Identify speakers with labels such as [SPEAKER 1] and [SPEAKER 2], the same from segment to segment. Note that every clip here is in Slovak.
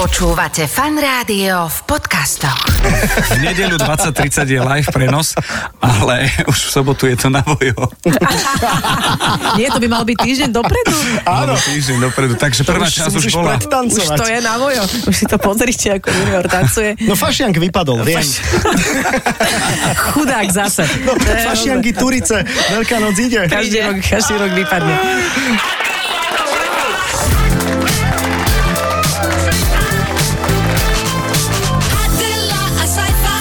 [SPEAKER 1] Počúvate fan rádio v podcastoch.
[SPEAKER 2] V nedeľu 20.30 je live prenos, ale už v sobotu je to na vojo.
[SPEAKER 3] Nie, to by mal byť týždeň dopredu.
[SPEAKER 2] Áno. Týždeň dopredu, takže prvá časť už bola.
[SPEAKER 3] Už to je na vojo. Už si to pozrite, ako junior tancuje.
[SPEAKER 4] No fašiank vypadol, viem.
[SPEAKER 3] Chudák zase.
[SPEAKER 4] No,
[SPEAKER 3] To je
[SPEAKER 4] fašianky, turice, veľká noc ide.
[SPEAKER 3] Každý rok, každý rok vypadne.
[SPEAKER 5] Adela, a sci-fi.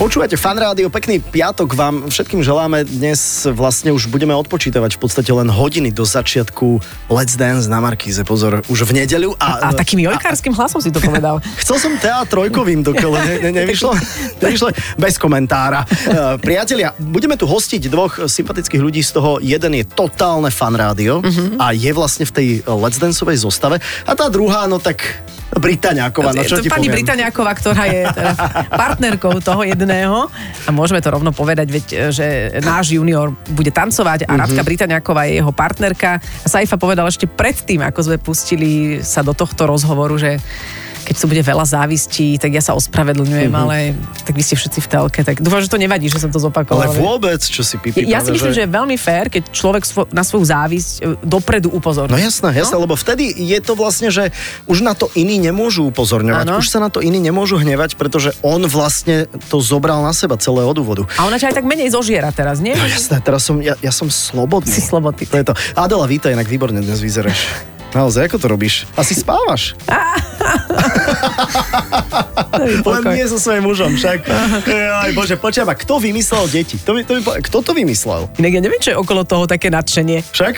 [SPEAKER 4] Počúvate fan rádio, pekný piatok vám všetkým želáme. Dnes vlastne už budeme odpočítavať v podstate len hodiny do začiatku Let's Dance na Markíze. Pozor, už v nedeľu.
[SPEAKER 3] A takým jojkárským hlasom si to povedal.
[SPEAKER 4] Chcel som TA trojkovým, dokole ne, ne, nevyšlo, nevyšlo bez komentára. Eh, Priatelia, budeme tu hostiť dvoch sympatických ľudí, z toho jeden je totálne fan rádio
[SPEAKER 3] Mhm.
[SPEAKER 4] a je vlastne v tej Let's Danceovej zostave a tá druhá, no tak Britaňáková, no
[SPEAKER 3] Je to
[SPEAKER 4] čo ti
[SPEAKER 3] pani
[SPEAKER 4] poviem.
[SPEAKER 3] Britaňáková, ktorá je teda partnerkou toho jedného a môžeme to rovno povedať, veď, e, že náš junior bude tancovať
[SPEAKER 4] Mhm.
[SPEAKER 3] a Radka Britaňáková je jeho partnerka. A Saifa povedal ešte predtým, ako sme pustili sa do tohto rozhovoru, že keď tu bude veľa závistí, tak ja sa ospravedlňujem,
[SPEAKER 4] Mhm.
[SPEAKER 3] ale tak vy ste všetci v telke, tak dúfam, že to nevadí, že som to
[SPEAKER 4] Ale
[SPEAKER 3] zopakovala.
[SPEAKER 4] vôbec, čo si pipi
[SPEAKER 3] ja si
[SPEAKER 4] práve,
[SPEAKER 3] myslím, že... je veľmi fér, keď človek svo- na svoju závisť e, dopredu upozorní.
[SPEAKER 4] No jasné, jasné, no? lebo vtedy je to vlastne, že už na to iní nemôžu upozorňovať,
[SPEAKER 3] Áno.
[SPEAKER 4] už sa na to iní nemôžu hnevať, pretože on vlastne to zobral na seba celé od úvodu.
[SPEAKER 3] A ona ťa aj tak menej zožiera teraz, nie?
[SPEAKER 4] No jasné, teraz som, ja, ja som slobodný.
[SPEAKER 3] Si slobodný.
[SPEAKER 4] To je to. Adela, vítaj, inak výborne dnes vyzeráš. Naozaj, ako to robíš? Asi spávaš. Len
[SPEAKER 3] pokoj.
[SPEAKER 4] nie so svojím mužom, však. Aj bože, počujem, a kto vymyslel deti? To mi, to mi, po- kto to vymyslel?
[SPEAKER 3] Inak ja neviem, čo je okolo toho také nadšenie.
[SPEAKER 4] Však?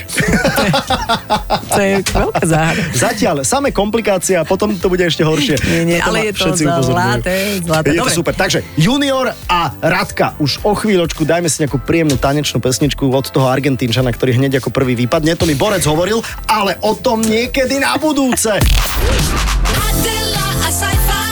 [SPEAKER 3] To je veľká záhada.
[SPEAKER 4] Zatiaľ, samé komplikácie a potom to bude ešte horšie.
[SPEAKER 3] Nie, nie,
[SPEAKER 4] Na
[SPEAKER 3] ale
[SPEAKER 4] ma
[SPEAKER 3] je to
[SPEAKER 4] všetci
[SPEAKER 3] zlaté,
[SPEAKER 4] upozorňujú.
[SPEAKER 3] zlaté.
[SPEAKER 4] Je
[SPEAKER 3] Dobre.
[SPEAKER 4] to super. Takže Junior a Radka, už o chvíľočku dajme si nejakú príjemnú tanečnú pesničku od toho Argentínčana, ktorý hneď ako prvý vypadne. To mi Borec hovoril, ale o tom niekedy na budúce.
[SPEAKER 5] Adela, a sci-fi.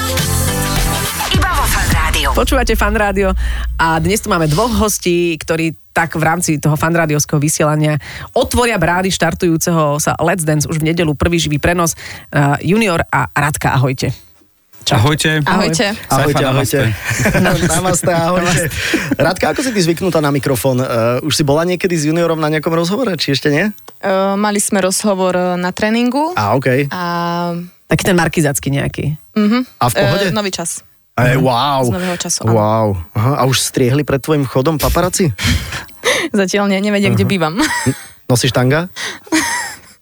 [SPEAKER 1] Iba vo fan rádiu.
[SPEAKER 3] Počúvate fan rádio a dnes tu máme dvoch hostí, ktorí tak v rámci toho fanrádiovského vysielania otvoria brány štartujúceho sa Let's Dance už v nedelu prvý živý prenos. Uh, junior a Radka, ahojte.
[SPEAKER 2] Ahojte.
[SPEAKER 3] Ahojte.
[SPEAKER 4] Ahojte,
[SPEAKER 2] Sajfa,
[SPEAKER 4] ahojte.
[SPEAKER 3] No,
[SPEAKER 4] Namaste, ahojte. Radka, ako si ty zvyknutá na mikrofón? Uh, už si bola niekedy s juniorom na nejakom rozhovore, či ešte nie?
[SPEAKER 6] Uh, mali sme rozhovor eh, na tréningu
[SPEAKER 4] A,
[SPEAKER 6] a,
[SPEAKER 4] okej.
[SPEAKER 6] a
[SPEAKER 3] Taký ten markizacký nejaký.
[SPEAKER 6] uh-huh,
[SPEAKER 4] A
[SPEAKER 3] Eh,
[SPEAKER 4] v pohode?
[SPEAKER 3] no,
[SPEAKER 6] Uh, nový čas.
[SPEAKER 4] Ej, wow.
[SPEAKER 6] Z nového času, áno.
[SPEAKER 4] Wow. Aha, a už striehli pred tvojim chodom paparaci?
[SPEAKER 6] Zatiaľ ne, nevedia,
[SPEAKER 4] Mhm.
[SPEAKER 6] uh-huh. kde bývam.
[SPEAKER 4] Nosíš tanga?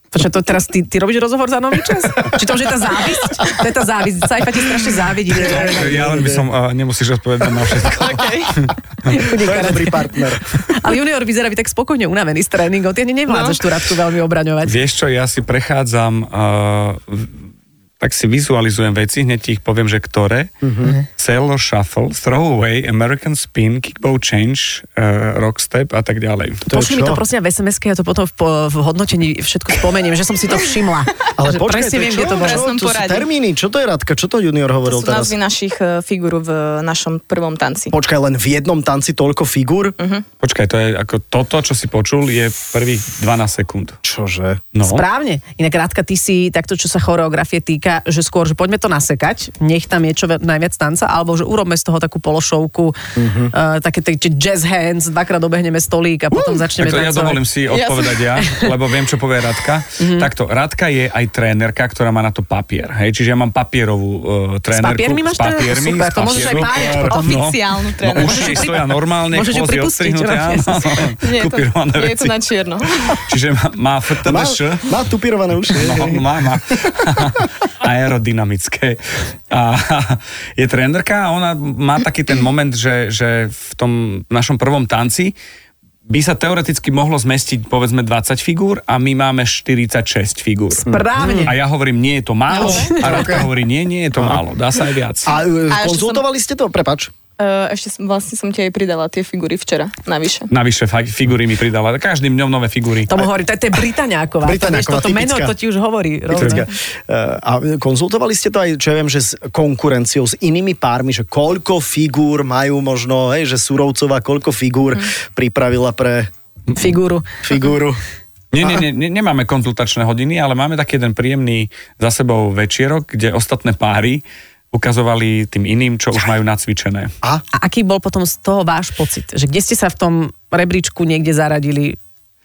[SPEAKER 3] Počkaj, to teraz ty, ty robíš rozhovor za nový čas? Či to už je tá závisť? To je tá závisť. Sajfa ti strašne závidí.
[SPEAKER 2] Ja len by som, a nemusíš odpovedať na všetko.
[SPEAKER 4] To je dobrý partner.
[SPEAKER 3] Ale junior vyzerá byť tak spokojne unavený z tréningov. Ty ani nevládzaš no. tú Radku veľmi obraňovať.
[SPEAKER 2] Vieš čo, ja si prechádzam, uh, tak si vizualizujem veci, hneď ich poviem, že ktoré.
[SPEAKER 4] Mhm.
[SPEAKER 2] Uh-huh. Cello Shuffle, Throwaway, American Spin, Kickbow Change, uh, Rock Step a tak ďalej.
[SPEAKER 4] To je
[SPEAKER 3] Pošli mi to
[SPEAKER 4] čo?
[SPEAKER 3] prosím v sms ja to potom v, po, v hodnotení všetko spomeniem, že som si to všimla.
[SPEAKER 4] Ale
[SPEAKER 3] že
[SPEAKER 4] počkaj,
[SPEAKER 3] presne
[SPEAKER 4] to je
[SPEAKER 3] viem,
[SPEAKER 4] čo?
[SPEAKER 3] kde to bolo.
[SPEAKER 4] Čo?
[SPEAKER 6] Presnom
[SPEAKER 4] To sú
[SPEAKER 6] poradí.
[SPEAKER 4] termíny. Čo to je, Radka? Čo to junior hovoril
[SPEAKER 6] To sú
[SPEAKER 4] teraz?
[SPEAKER 6] názvy našich eh, figur v eh, našom prvom tanci.
[SPEAKER 4] Počkaj, len v jednom tanci toľko figur?
[SPEAKER 6] Mhm.
[SPEAKER 2] Počkaj, to je ako toto, čo si počul, je prvých 12 sekúnd.
[SPEAKER 4] Čože?
[SPEAKER 2] No.
[SPEAKER 3] Správne. Inak Radka, ty si takto, čo sa choreografie týka, že skôr, že poďme to nasekať, nech tam je čo ve- najviac tanca, alebo že urobme z toho takú pološovku, mm-hmm. uh, také tie či jazz hands, dvakrát obehneme stolík a potom začneme
[SPEAKER 2] Tak to ja
[SPEAKER 3] tancovať. Mhm.
[SPEAKER 2] dovolím si odpovedať ja, lebo viem, čo povie Radka. Takto, Radka je aj trénerka, ktorá má na to papier. Hej? Čiže ja mám papierovú uh, trénerku.
[SPEAKER 3] papiermi máš
[SPEAKER 2] S papiermi,
[SPEAKER 3] trénerku? Super,
[SPEAKER 2] s
[SPEAKER 3] to môžeš aj
[SPEAKER 2] papierom.
[SPEAKER 3] pájať
[SPEAKER 2] No,
[SPEAKER 3] potom.
[SPEAKER 6] Oficiálnu
[SPEAKER 2] No,
[SPEAKER 6] trénerku.
[SPEAKER 2] už
[SPEAKER 6] Môžeš ju
[SPEAKER 2] stoja normálne,
[SPEAKER 3] môžeš ju
[SPEAKER 2] kôzy
[SPEAKER 3] pripustiť,
[SPEAKER 2] odstrihnuté,
[SPEAKER 3] že?
[SPEAKER 2] áno.
[SPEAKER 6] Nie, je to,
[SPEAKER 2] Kupírované
[SPEAKER 6] nie je
[SPEAKER 2] veci.
[SPEAKER 6] to na čierno.
[SPEAKER 2] Čiže má- má
[SPEAKER 4] Má,
[SPEAKER 2] FTMŠ.
[SPEAKER 4] má tupírované uši.
[SPEAKER 2] No, má, má. Aerodynamické. A je trénerka a ona má taký ten moment, že, že v tom našom prvom tanci by sa teoreticky mohlo zmestiť povedzme 20 figúr a my máme 46 figúr.
[SPEAKER 3] Správne.
[SPEAKER 2] A ja hovorím, nie je to málo. A Radka
[SPEAKER 4] Ok.
[SPEAKER 2] hovorí, nie, nie je to málo. Dá sa aj viac.
[SPEAKER 4] A, e,
[SPEAKER 6] A ešte
[SPEAKER 4] konzultovali ste to? Prepač.
[SPEAKER 6] Uh, ešte som, vlastne som ti aj pridala tie figury včera, navyše.
[SPEAKER 2] Navyše fa- figúry mi pridala. Každým dňom nové figúry.
[SPEAKER 3] Tomu hovorí, to je, to je Britaňáková.
[SPEAKER 4] Britaňáková,
[SPEAKER 3] to, vieš, toto meno
[SPEAKER 4] typická.
[SPEAKER 3] to ti už hovorí. Rovno.
[SPEAKER 4] Typická. E, A konzultovali ste to aj, čo ja viem, že s konkurenciou, s inými pármi, že koľko figúr majú možno,
[SPEAKER 6] Mhm.
[SPEAKER 4] hej, že Surovcová koľko figúr pripravila pre
[SPEAKER 3] Figúru.
[SPEAKER 4] figúru.
[SPEAKER 2] Nie, nie, nie, nie, nemáme konzultačné hodiny, ale máme taký jeden príjemný za sebou večierok, kde ostatné páry ukazovali tým iným, čo už majú nacvičené.
[SPEAKER 4] A?
[SPEAKER 3] A aký bol potom z toho váš pocit? Že kde ste sa v tom rebríčku niekde zaradili?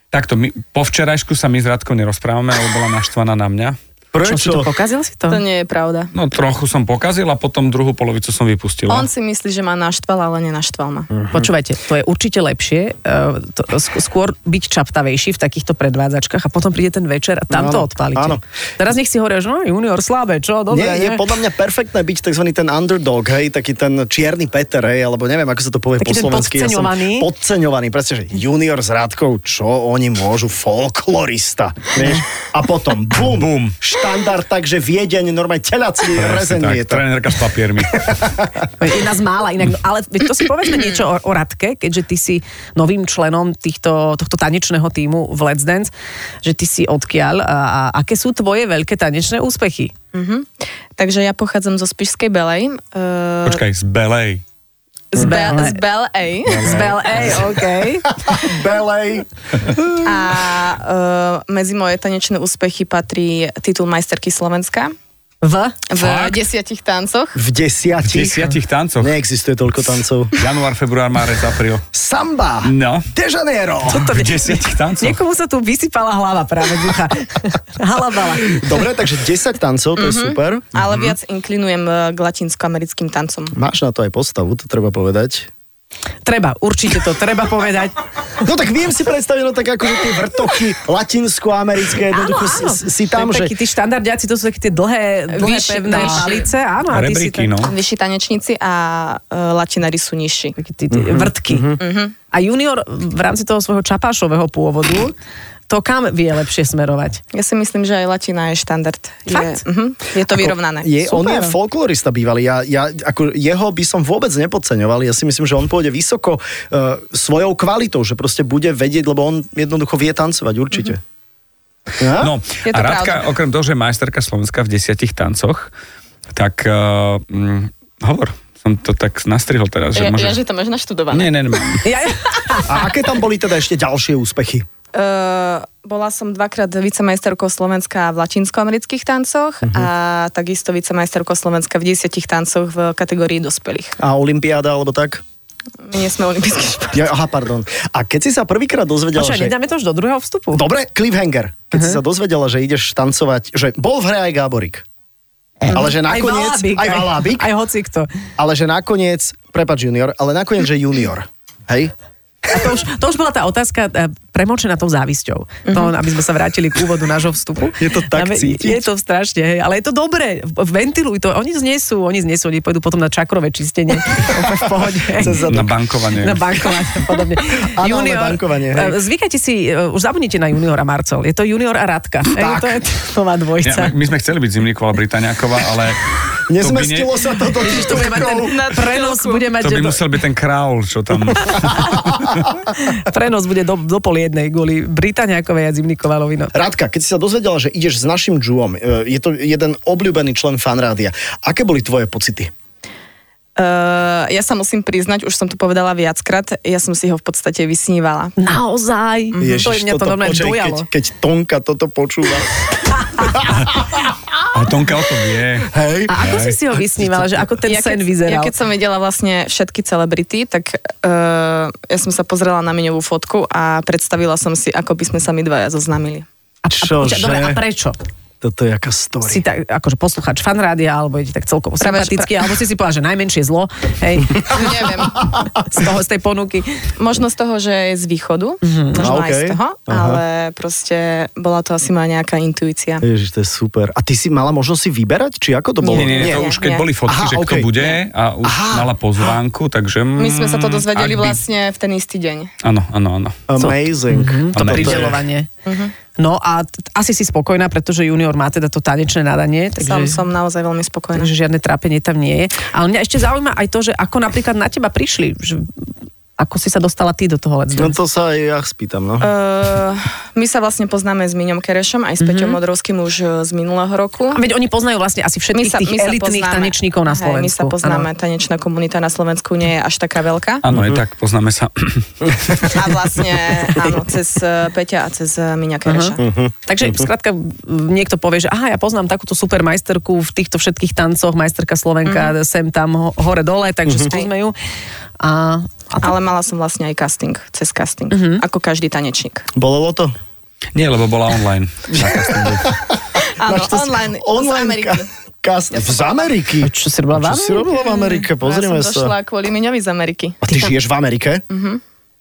[SPEAKER 2] Takto, my, po včerajšku sa my s Radkou nerozprávame, ale bola naštvaná na mňa.
[SPEAKER 3] Čo si to pokazil si to?
[SPEAKER 6] To nie je pravda.
[SPEAKER 2] No trochu som pokazil a potom druhú polovicu som vypustil.
[SPEAKER 4] No.
[SPEAKER 6] On si myslí, že ma naštval, ale nenaštval ma.
[SPEAKER 4] Mhm.
[SPEAKER 3] Počúvajte, to je určite lepšie, eh, to, sk- skôr byť čaptavejší v takýchto predvádzačkách a potom príde ten večer a tam
[SPEAKER 4] No
[SPEAKER 3] to
[SPEAKER 4] áno,
[SPEAKER 3] odpálite.
[SPEAKER 4] áno.
[SPEAKER 3] Teraz nech si hovoria, že no, junior slabé, čo, dobre,
[SPEAKER 4] Nie, je podľa mňa perfektné byť tzv. ten underdog, hej, taký ten čierny Peter, hej, alebo neviem, ako sa to povie
[SPEAKER 3] Taký
[SPEAKER 4] po
[SPEAKER 3] ten
[SPEAKER 4] slovensky.
[SPEAKER 3] podceňovaný.
[SPEAKER 4] Ja som podceňovaný, presne, že junior s Rádkou, čo oni môžu, folklorista, vieš? A potom, bum, bum, štandard, takže Viedeň, normálne telací rezen
[SPEAKER 2] tak,
[SPEAKER 4] lieta.
[SPEAKER 2] trénerka s papiermi.
[SPEAKER 3] Jedna z mála, inak, no, ale veď to si povedzme niečo o, o Radke, keďže ty si novým členom týchto, tohto tanečného týmu v Let's Dance, že ty si odkiaľ a, a aké sú tvoje veľké tanečné úspechy?
[SPEAKER 6] Mhm. Takže ja pochádzam zo Spišskej Belej. Uh,
[SPEAKER 2] Počkaj, z Belej.
[SPEAKER 6] Z, Be-
[SPEAKER 3] Belej.
[SPEAKER 6] z Belej.
[SPEAKER 3] Z LA, OK.
[SPEAKER 4] Belej.
[SPEAKER 6] A uh, medzi moje tanečné úspechy patrí titul majsterky Slovenska
[SPEAKER 3] V?
[SPEAKER 6] v
[SPEAKER 2] Fakt?
[SPEAKER 6] desiatich tancoch.
[SPEAKER 4] V
[SPEAKER 2] V
[SPEAKER 4] desiatich.
[SPEAKER 2] desiatich tancoch.
[SPEAKER 4] Neexistuje toľko tancov.
[SPEAKER 2] Január, február, márec, apríl.
[SPEAKER 4] Samba.
[SPEAKER 2] No.
[SPEAKER 4] De Janeiro.
[SPEAKER 2] V desiatich tancoch.
[SPEAKER 3] Niekomu sa tu vysypala hlava práve z ucha. Halabala.
[SPEAKER 4] Dobre, takže 10 tancov, to je
[SPEAKER 3] Mhm.
[SPEAKER 4] super.
[SPEAKER 6] Ale viac inklinujem eh, k latinskoamerickým tancom.
[SPEAKER 4] Máš na to aj postavu, to treba povedať.
[SPEAKER 3] Treba, určite to treba povedať.
[SPEAKER 4] No tak viem si predstaviť, no tak akože tie vrtochy latinskoamerické, jednoducho si, si tam,
[SPEAKER 3] to je
[SPEAKER 4] že...
[SPEAKER 3] taký, tí štandardiaci, to sú také tie dlhé, dlhé
[SPEAKER 6] Vyš-
[SPEAKER 3] pevné
[SPEAKER 6] vyš-
[SPEAKER 3] palice. Áno, a ty si
[SPEAKER 2] Rebríky,
[SPEAKER 3] tam-
[SPEAKER 2] no.
[SPEAKER 6] Vyšší tanečníci a uh, latinári sú nižší.
[SPEAKER 3] Také tie, tie vrtky. A junior v rámci toho svojho čapášového pôvodu, to kam vie lepšie smerovať?
[SPEAKER 6] Ja si myslím, že aj latina je štandard.
[SPEAKER 3] Fakt?
[SPEAKER 6] Je, uh-huh, je to vyrovnané.
[SPEAKER 4] Je, on
[SPEAKER 3] Super.
[SPEAKER 4] je folklorista bývalý, ja, ja, ako jeho by som vôbec nepodceňoval, ja si myslím, že on pôjde vysoko uh, svojou kvalitou, že proste bude vedieť, lebo on jednoducho vie tancovať určite. Mm-hmm.
[SPEAKER 2] No,
[SPEAKER 6] Je
[SPEAKER 2] a
[SPEAKER 6] to
[SPEAKER 2] Radka,
[SPEAKER 6] pravda.
[SPEAKER 2] okrem toho, že je majsterka Slovenska v desiatich tancoch, tak uh, mm, hovor, som to tak nastrihol teraz, že
[SPEAKER 6] ja,
[SPEAKER 2] môžeš...
[SPEAKER 6] ja, že to máš naštudované.
[SPEAKER 2] Nie, nie, nie.
[SPEAKER 3] Ja,
[SPEAKER 4] A aké tam boli teda ešte ďalšie úspechy?
[SPEAKER 6] Uh, bola som dvakrát vicemajsterkou Slovenska v latinskoamerických tancoch
[SPEAKER 4] Mhm.
[SPEAKER 6] a takisto vicemajsterkou Slovenska v desiatich tancoch v kategórii dospelých.
[SPEAKER 4] A olimpiáda alebo tak?
[SPEAKER 6] My nie sme olimpijský šport.
[SPEAKER 4] Ja, aha, pardon. A keď si sa prvýkrát dozvedela,
[SPEAKER 3] Počkaj,
[SPEAKER 4] že...
[SPEAKER 3] nedáme to už do druhého vstupu.
[SPEAKER 4] Dobre, cliffhanger. Keď
[SPEAKER 3] Mhm.
[SPEAKER 4] uh-huh. si sa dozvedela, že ideš tancovať, že bol v hre aj Gáborik. Ale
[SPEAKER 3] Mhm.
[SPEAKER 4] že
[SPEAKER 3] aj
[SPEAKER 4] nakoniec...
[SPEAKER 3] Valábik,
[SPEAKER 4] aj Valábik.
[SPEAKER 3] Aj, aj hocikto.
[SPEAKER 4] Ale že nakoniec, prepač junior, ale nakoniec, že junior. Hej?
[SPEAKER 3] A to už, to už bola tá otázka eh, premočená tou závisťou. To,
[SPEAKER 6] Mhm.
[SPEAKER 3] aby sme sa vrátili k úvodu nášho vstupu.
[SPEAKER 4] Je to tak
[SPEAKER 3] Dáme-
[SPEAKER 4] cítiť?
[SPEAKER 3] Je to strašne, hej, ale je to dobré. V- Ventiluj to. Oni znesú, oni znesú, oni pôjdu potom na čakrové čistenie. Úplne v pohode.
[SPEAKER 4] Cez
[SPEAKER 2] Na
[SPEAKER 4] zadok.
[SPEAKER 2] bankovanie.
[SPEAKER 3] Na bankovanie a podobne.
[SPEAKER 4] Áno, ale bankovanie, hej.
[SPEAKER 3] eh, Zvykajte si, eh, už zabudnite na juniora Marcel. Je to junior a Radka. Hej,
[SPEAKER 4] Tak.
[SPEAKER 3] to je t-
[SPEAKER 2] Ja,
[SPEAKER 3] nová dvojica.
[SPEAKER 2] my sme chceli byť Zimníková Britániáková, ale... to by ne-
[SPEAKER 4] Nezmestilo sa to do tých
[SPEAKER 3] To bude mať ten
[SPEAKER 4] krokov.
[SPEAKER 6] Na
[SPEAKER 3] prenos,
[SPEAKER 6] chvíľku.
[SPEAKER 3] bude mať
[SPEAKER 2] To by
[SPEAKER 3] do-
[SPEAKER 2] musel byť ten král, čo tam...
[SPEAKER 3] prenos bude do, do pol jednej kvôli Britániakovej a Zimnikovalovino.
[SPEAKER 4] Radka, keď si sa dozvedela, že ideš s našim Džuom, e, je to jeden obľúbený člen fanrádia, aké boli tvoje pocity?
[SPEAKER 6] Uh, ja sa musím priznať, už som to povedala viackrát, ja som si ho v podstate vysnívala.
[SPEAKER 3] Naozaj. Mhm, to je mňa to
[SPEAKER 4] toto-
[SPEAKER 3] normálne
[SPEAKER 4] počkaj,
[SPEAKER 3] dojalo.
[SPEAKER 4] Keď, keď Tonka toto počúva.
[SPEAKER 2] A Tonka o tom vie.
[SPEAKER 4] Hej?
[SPEAKER 3] A ako si si ho vysnívala, že ako ten
[SPEAKER 6] ja
[SPEAKER 3] sen
[SPEAKER 6] keď,
[SPEAKER 3] vyzeral?
[SPEAKER 6] Ja keď som videla vlastne všetky celebrity, tak uh, ja som sa pozrela na miňovú fotku a predstavila som si, ako by sme sa my dvaja zoznamili.
[SPEAKER 3] a, a,
[SPEAKER 4] Čože?
[SPEAKER 3] dobre, a prečo?
[SPEAKER 4] Toto je jaká story.
[SPEAKER 3] Si tak, akože poslucháč fanrádia, alebo je ti tak celkovo
[SPEAKER 6] Práve, že
[SPEAKER 3] sympatický, alebo si si povedala, že najmenšie zlo, hej,
[SPEAKER 6] Neviem.
[SPEAKER 3] z toho, z tej ponuky.
[SPEAKER 6] Možno z toho, že je z východu, možno
[SPEAKER 4] Ah,
[SPEAKER 6] aj z
[SPEAKER 4] okej.
[SPEAKER 6] toho,
[SPEAKER 4] Aha.
[SPEAKER 6] ale proste bola to asi moja nejaká intuícia.
[SPEAKER 4] Ježiš, to je super. A ty si mala možnosť si vyberať, či ako to bolo?
[SPEAKER 2] Nie, nie, nie, to
[SPEAKER 6] Nie,
[SPEAKER 2] už keď
[SPEAKER 6] nie.
[SPEAKER 2] boli fotky,
[SPEAKER 4] Aha,
[SPEAKER 2] že kto
[SPEAKER 4] okej.
[SPEAKER 2] bude a už
[SPEAKER 4] Aha.
[SPEAKER 2] mala pozvánku, takže... mm,
[SPEAKER 6] My sme sa to
[SPEAKER 2] ak
[SPEAKER 6] dozvedeli
[SPEAKER 2] by-
[SPEAKER 6] vlastne v ten istý deň.
[SPEAKER 2] Áno, áno, áno.
[SPEAKER 4] Amazing.
[SPEAKER 6] Mhm.
[SPEAKER 2] To
[SPEAKER 4] Toto je-
[SPEAKER 3] Pridelovanie. No a t- asi si spokojná, pretože junior má teda to tanečné nadanie,
[SPEAKER 6] Som,
[SPEAKER 3] takže,
[SPEAKER 6] som naozaj veľmi spokojná.
[SPEAKER 3] takže žiadne trápenie tam nie je. Ale mňa ešte zaujíma aj to, že ako napríklad na teba prišli, že Ako si sa dostala ty do toho Let's
[SPEAKER 4] No
[SPEAKER 3] Dance?
[SPEAKER 4] to sa aj ja spýtam, no.
[SPEAKER 6] Uh, my sa vlastne poznáme s Miňom Kerešom aj s Peťom Modrovským už uh, z minulého roku.
[SPEAKER 3] Veď oni poznajú vlastne asi
[SPEAKER 6] My
[SPEAKER 3] všetkých
[SPEAKER 6] sa,
[SPEAKER 3] tých
[SPEAKER 6] my sa
[SPEAKER 3] elitných
[SPEAKER 6] poznáme.
[SPEAKER 3] tanečníkov na Slovensku.
[SPEAKER 6] Hej, my sa poznáme, ano. tanečná komunita na Slovensku nie je až taká veľká.
[SPEAKER 2] Áno, aj tak, poznáme sa.
[SPEAKER 6] A vlastne, áno, cez eh, Peťa a cez eh, Miňa
[SPEAKER 4] Mhm.
[SPEAKER 6] Kereša.
[SPEAKER 3] Áno. Takže skrátka m, niekto povie, že aha, ja poznám takúto super majsterku v týchto všetkých tancoch, majsterka Slovenka, sem tam ho- hore dole, takže
[SPEAKER 4] Mhm.
[SPEAKER 3] skúsme ju. A, a to,
[SPEAKER 6] Ale mala som vlastne aj casting, cez casting,
[SPEAKER 4] Mhm.
[SPEAKER 6] ako každý tanečník.
[SPEAKER 4] Bolelo to?
[SPEAKER 2] Nie, lebo bola online.
[SPEAKER 6] Áno,
[SPEAKER 4] Máš to z-
[SPEAKER 6] online, z
[SPEAKER 4] online
[SPEAKER 6] Ameriky.
[SPEAKER 4] ka- kas- z Ameriky?
[SPEAKER 3] čo si robila
[SPEAKER 4] Čo
[SPEAKER 3] vám?
[SPEAKER 4] si robila v Amerike? Pozrieme
[SPEAKER 6] ja som došla Mhm.
[SPEAKER 4] sa.
[SPEAKER 6] kvôli Miňovi z Ameriky.
[SPEAKER 4] A ty žiješ v Amerike?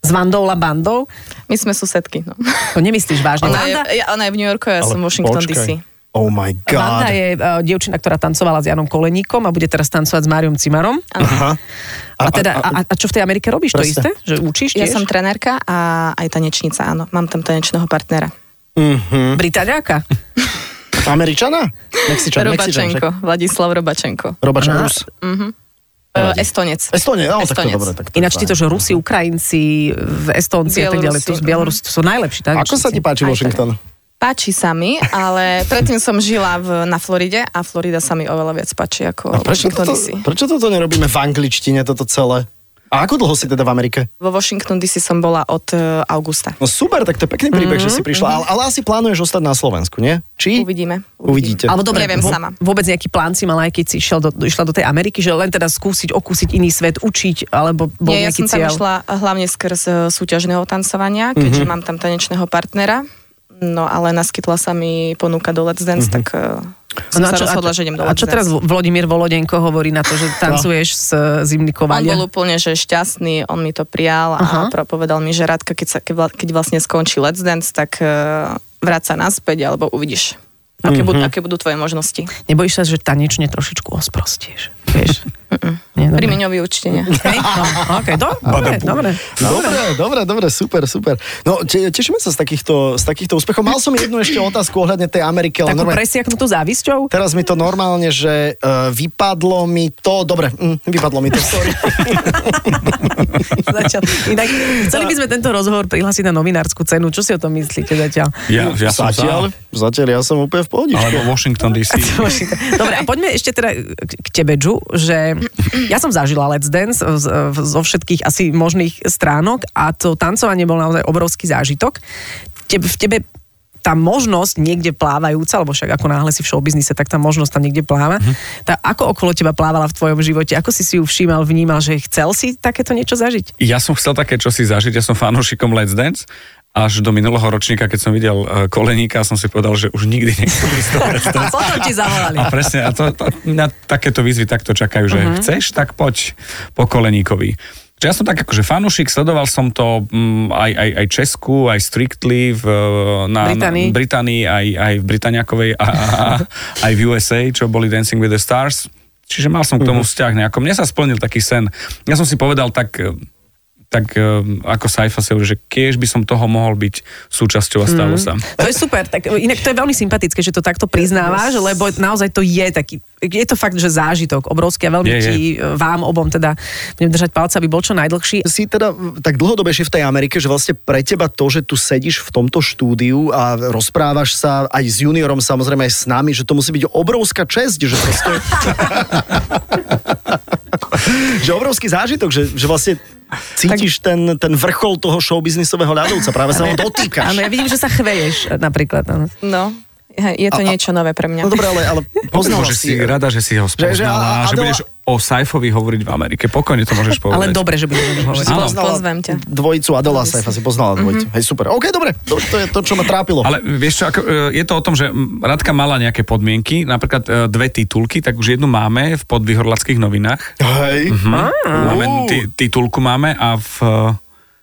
[SPEAKER 3] S Vandou Labandou?
[SPEAKER 6] My sme susedky, no.
[SPEAKER 3] To nemyslíš vážne.
[SPEAKER 6] Ona je,
[SPEAKER 3] Vanda,
[SPEAKER 6] ja- ona je v New Yorku, ja som v Washington
[SPEAKER 4] počkaj.
[SPEAKER 6] DC.
[SPEAKER 4] Oh my
[SPEAKER 3] Vanda
[SPEAKER 4] god.
[SPEAKER 3] je uh, dievčina, ktorá tancovala s Janom Koleníkom a bude teraz tancovať s Máriom Cimarom.
[SPEAKER 4] Aha.
[SPEAKER 3] A, teda, a, a čo v tej Amerike robíš? To isté?
[SPEAKER 4] Presne.
[SPEAKER 3] Že učíš
[SPEAKER 6] Ja
[SPEAKER 3] tiež?
[SPEAKER 6] som trenérka a aj tanečnica, áno. Mám tam tanečného partnera.
[SPEAKER 4] Mhm.
[SPEAKER 3] Britáňáka.
[SPEAKER 4] Američana? Mexičan, Mexičan. však.
[SPEAKER 6] Robačenko, Vladislav Robačenko.
[SPEAKER 4] Robačan
[SPEAKER 3] Aha.
[SPEAKER 4] Rus.
[SPEAKER 6] E, Estonec.
[SPEAKER 4] Estonec, no tak to
[SPEAKER 6] Estonec.
[SPEAKER 4] dobre. Tak to je
[SPEAKER 3] Ináč
[SPEAKER 4] fajn.
[SPEAKER 3] títo, že Rusi, Ukrajinci, v Estónci a tak ďalej, to
[SPEAKER 6] Bielorusi,
[SPEAKER 3] z Bielorusi to sú najlepší. Tak,
[SPEAKER 4] Ako sa ti páči
[SPEAKER 6] Aj tak.
[SPEAKER 4] Washington?
[SPEAKER 6] Páči sa mi, ale predtým som žila v, na Floride a Florida sa mi oveľa viac páči
[SPEAKER 4] Prečo
[SPEAKER 6] ako Washington
[SPEAKER 4] toto,
[SPEAKER 6] DC.
[SPEAKER 4] prečo toto nerobíme v angličtine, toto celé? A ako dlho si teda v Amerike?
[SPEAKER 6] Vo Washington DC som bola od e, augusta.
[SPEAKER 4] No super, tak to je pekný príbeh, že si
[SPEAKER 3] Mhm,
[SPEAKER 4] prišla. Ale, ale asi plánuješ ostať na Slovensku, nie? Či?
[SPEAKER 6] Uvidíme.
[SPEAKER 4] Uvidíte.
[SPEAKER 3] Alebo dobre,
[SPEAKER 6] Neviem
[SPEAKER 3] vo-
[SPEAKER 6] sama.
[SPEAKER 3] vôbec nejaký plán si mala, aj keď si išiel do, išla do tej Ameriky, že len teda skúsiť, okúsiť iný svet, učiť, alebo bol
[SPEAKER 6] Nie, ja
[SPEAKER 3] nejaký
[SPEAKER 6] som
[SPEAKER 3] cieľ.
[SPEAKER 6] tam išla hlavne skrz e, súťažného tancovania, keďže mám tam tanečného partnera. No ale naskytla sa mi ponuka do Let's Dance, tak e, som
[SPEAKER 3] No a
[SPEAKER 6] sa
[SPEAKER 3] čo- a-
[SPEAKER 6] rozhodla, že idem do
[SPEAKER 3] A
[SPEAKER 6] Let's
[SPEAKER 3] čo teraz
[SPEAKER 6] Dance.
[SPEAKER 3] Vladimír Volodenko hovorí na to, že tancuješ s e,
[SPEAKER 6] On
[SPEAKER 3] Zimnikovalia?
[SPEAKER 6] bol úplne že šťastný, on mi to prijal
[SPEAKER 3] Aha.
[SPEAKER 6] a pro- povedal mi, že Radka, keď, sa, keď vla- keď vlastne skončí Let's Dance, tak uh, vráť sa naspäť, alebo uvidíš, aké, budú, aké budú tvoje možnosti.
[SPEAKER 3] Nebojíš sa, že tanečne trošičku osprostieš? Vieš? Nie, dobre.
[SPEAKER 6] Pri Miňovi určite nie.
[SPEAKER 3] Hej, no, OK, do, dobre, dobre.
[SPEAKER 4] No, Dobre, dobre, dobre, super, super. No, te, tešíme sa z takýchto, z takýchto úspechov. Mal som jednu ešte otázku ohľadne tej Ameriky, ale
[SPEAKER 3] Takú
[SPEAKER 4] normálne,
[SPEAKER 3] presiaknutú závisťou?
[SPEAKER 4] teraz mi to normálne, že uh, vypadlo mi to, dobre, mm, vypadlo mi to, sorry.
[SPEAKER 3] Zatiaľ. Inak, chceli by sme tento rozhovor prihlásiť na novinárskú cenu. Čo si o tom myslíte zatiaľ?
[SPEAKER 2] Ja, ja som
[SPEAKER 4] zatiaľ,
[SPEAKER 2] sa,
[SPEAKER 4] zatiaľ, ja som úplne v pohodičku.
[SPEAKER 2] alebo Washington DC.
[SPEAKER 3] Dobre, a poďme ešte teda k k tebe, Ju, že ja som zažila Let's Dance z- v- zo všetkých asi možných stránok a to tancovanie bol naozaj obrovský zážitok. Tebe, v tebe tá možnosť niekde plávajúca, alebo však ako náhle si v showbiznise, tak tá možnosť tam niekde pláva. Tá, ako okolo teba plávala v tvojom živote? Ako si si ju všímal, vnímal, že chcel si takéto niečo zažiť?
[SPEAKER 2] Ja som chcel také čosi zažiť, ja som fanúšikom Let's Dance až do minulého ročníka, keď som videl eh, koleníka, som si povedal, že už nikdy nechcem ísť do Let's
[SPEAKER 3] A
[SPEAKER 2] Dance.
[SPEAKER 3] potom ti zavolali.
[SPEAKER 2] A presne, a to, to, na takéto výzvy takto čakajú, že uh-huh. chceš, tak poď po koleníkovi. Čiže ja som tak akože fanúšik, sledoval som to mm, aj, aj, aj Česku, aj Strictly v, eh, na,
[SPEAKER 3] Británii.
[SPEAKER 2] na Británii, aj, aj v Britaniakovej a, a, a aj v USA, čo boli Dancing with the Stars. Čiže mal som k tomu vzťah nejako. Mne sa splnil taký sen. Ja som si povedal tak eh, tak eh, ako Saifa sa hovorí, že kiež by som toho mohol byť súčasťou a stalo sa.
[SPEAKER 3] To je super, tak inak to je veľmi sympatické, že to takto priznávaš, lebo naozaj to je taký, je to fakt, že zážitok obrovský a veľmi
[SPEAKER 2] Je, je.
[SPEAKER 3] ti e, vám obom teda budem držať palca, aby bol čo najdlhší.
[SPEAKER 4] si teda mm, tak dlhodobejšie v tej Amerike, že vlastne pre teba to, že tu sedíš v tomto štúdiu a rozprávaš sa aj s juniorom, samozrejme aj s nami, že to musí byť obrovská česť, že proste... že obrovský zážitok, že, že vlastne cítiš tak... ten, ten vrchol toho showbiznisového ľadovca, práve sa ho dotýkaš.
[SPEAKER 3] Áno, ja vidím, že sa chveješ e, napríklad. Áno.
[SPEAKER 6] No, je to niečo nové pre mňa.
[SPEAKER 4] No dobré, ale, ale poznala
[SPEAKER 2] Poznala že si,
[SPEAKER 4] si...
[SPEAKER 2] rada, že si ho spoznala, že, že,
[SPEAKER 4] a-
[SPEAKER 2] že
[SPEAKER 4] Adela-
[SPEAKER 2] budeš o Saifovi hovoriť v Amerike. Pokojne to môžeš povedať.
[SPEAKER 3] Ale dobre, že budeme o tom hovoriť.
[SPEAKER 2] Áno.
[SPEAKER 4] poznala
[SPEAKER 6] Pozvem ťa.
[SPEAKER 4] Dvojicu Adela Saifa si poznala dvojicu. Hej, super. OK, dobre. To, to je to, čo ma trápilo.
[SPEAKER 2] Ale vieš čo, ako, e, je to o tom, že mm, Radka mala nejaké podmienky, napríklad e, dve titulky, tak už jednu máme v podvihorlackých novinách.
[SPEAKER 4] Hej.
[SPEAKER 2] Máme, ti- titulku máme a v e,
[SPEAKER 6] A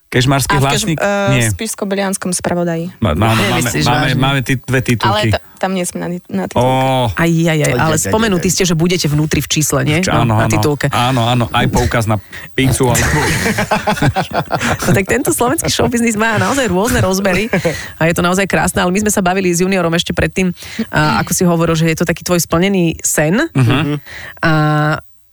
[SPEAKER 2] Kežmarský
[SPEAKER 6] v, Kež-
[SPEAKER 2] hlasník?
[SPEAKER 6] eh,
[SPEAKER 2] Nie.
[SPEAKER 6] v Spišsko-Belianskom spravodaji.
[SPEAKER 2] Ma- Máme, máme,
[SPEAKER 3] Nemyslíš
[SPEAKER 2] máme,
[SPEAKER 3] vážne?
[SPEAKER 2] máme ti- dve
[SPEAKER 6] Ale
[SPEAKER 2] titulky.
[SPEAKER 6] t- tam nie sme na, na titulke.
[SPEAKER 2] Ó,
[SPEAKER 3] Aj, aj, aj,
[SPEAKER 4] Aj,
[SPEAKER 3] ale
[SPEAKER 4] aj, aj,
[SPEAKER 3] spomenutí
[SPEAKER 4] aj.
[SPEAKER 3] ste, že budete vnútri v čísle, nie?
[SPEAKER 2] Čo, áno, áno,
[SPEAKER 3] na titulke.
[SPEAKER 2] áno, áno, aj poukaz na pizzu. Ale...
[SPEAKER 3] No, tak tento slovenský showbiznis má naozaj rôzne rozmery a je to naozaj krásne, ale my sme sa bavili s juniorom ešte predtým, a, ako si hovoril, že je
[SPEAKER 2] Mhm.
[SPEAKER 3] to taký tvoj splnený sen. A,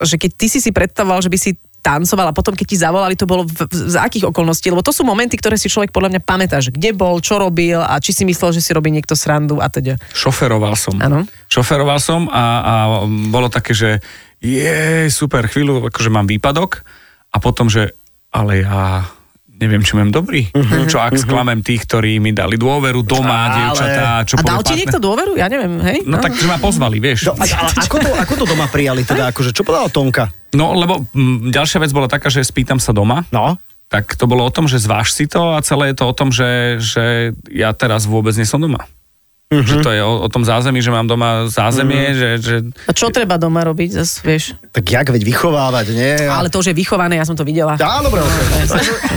[SPEAKER 3] že keď ty si si predstavoval, že by si tancoval a potom, keď ti zavolali, to bolo v, v, za akých okolností? Lebo to sú momenty, ktoré si človek podľa mňa pamätá, že kde bol, čo robil a či si myslel, že si robí niekto srandu a teda.
[SPEAKER 2] Šoferoval som.
[SPEAKER 3] Áno.
[SPEAKER 2] Šoferoval som a, a bolo také, že je super, chvíľu, akože mám výpadok a potom, že ale ja neviem, či mám dobrý.
[SPEAKER 3] Mhm.
[SPEAKER 2] Uh-huh. Čo ak sklamem tých, ktorí mi dali dôveru doma,
[SPEAKER 4] Ale-
[SPEAKER 2] ale... dievčatá, čo
[SPEAKER 3] A
[SPEAKER 2] povie
[SPEAKER 3] dal ti
[SPEAKER 2] partner-
[SPEAKER 3] niekto dôveru? Ja neviem, hej?
[SPEAKER 2] No tak, že ma pozvali, vieš.
[SPEAKER 4] No, a, a, ako, to, ako to doma prijali teda? Akože, čo povedala Tonka?
[SPEAKER 2] No, lebo m, ďalšia vec bola taká, že spýtam sa doma.
[SPEAKER 4] No.
[SPEAKER 2] Tak to bolo o tom, že zváž si to a celé je to o tom, že, že ja teraz vôbec nie som doma. Uh-huh. Že
[SPEAKER 3] Mhm.
[SPEAKER 2] to je o, o tom zázemí, že mám doma zázemie, uh-huh. že, že...
[SPEAKER 3] A čo treba doma robiť, zas, vieš?
[SPEAKER 4] Tak jak veď vychovávať, nie?
[SPEAKER 3] Ale No, to, že je vychované, ja som to videla.
[SPEAKER 4] Á, dobre, ok.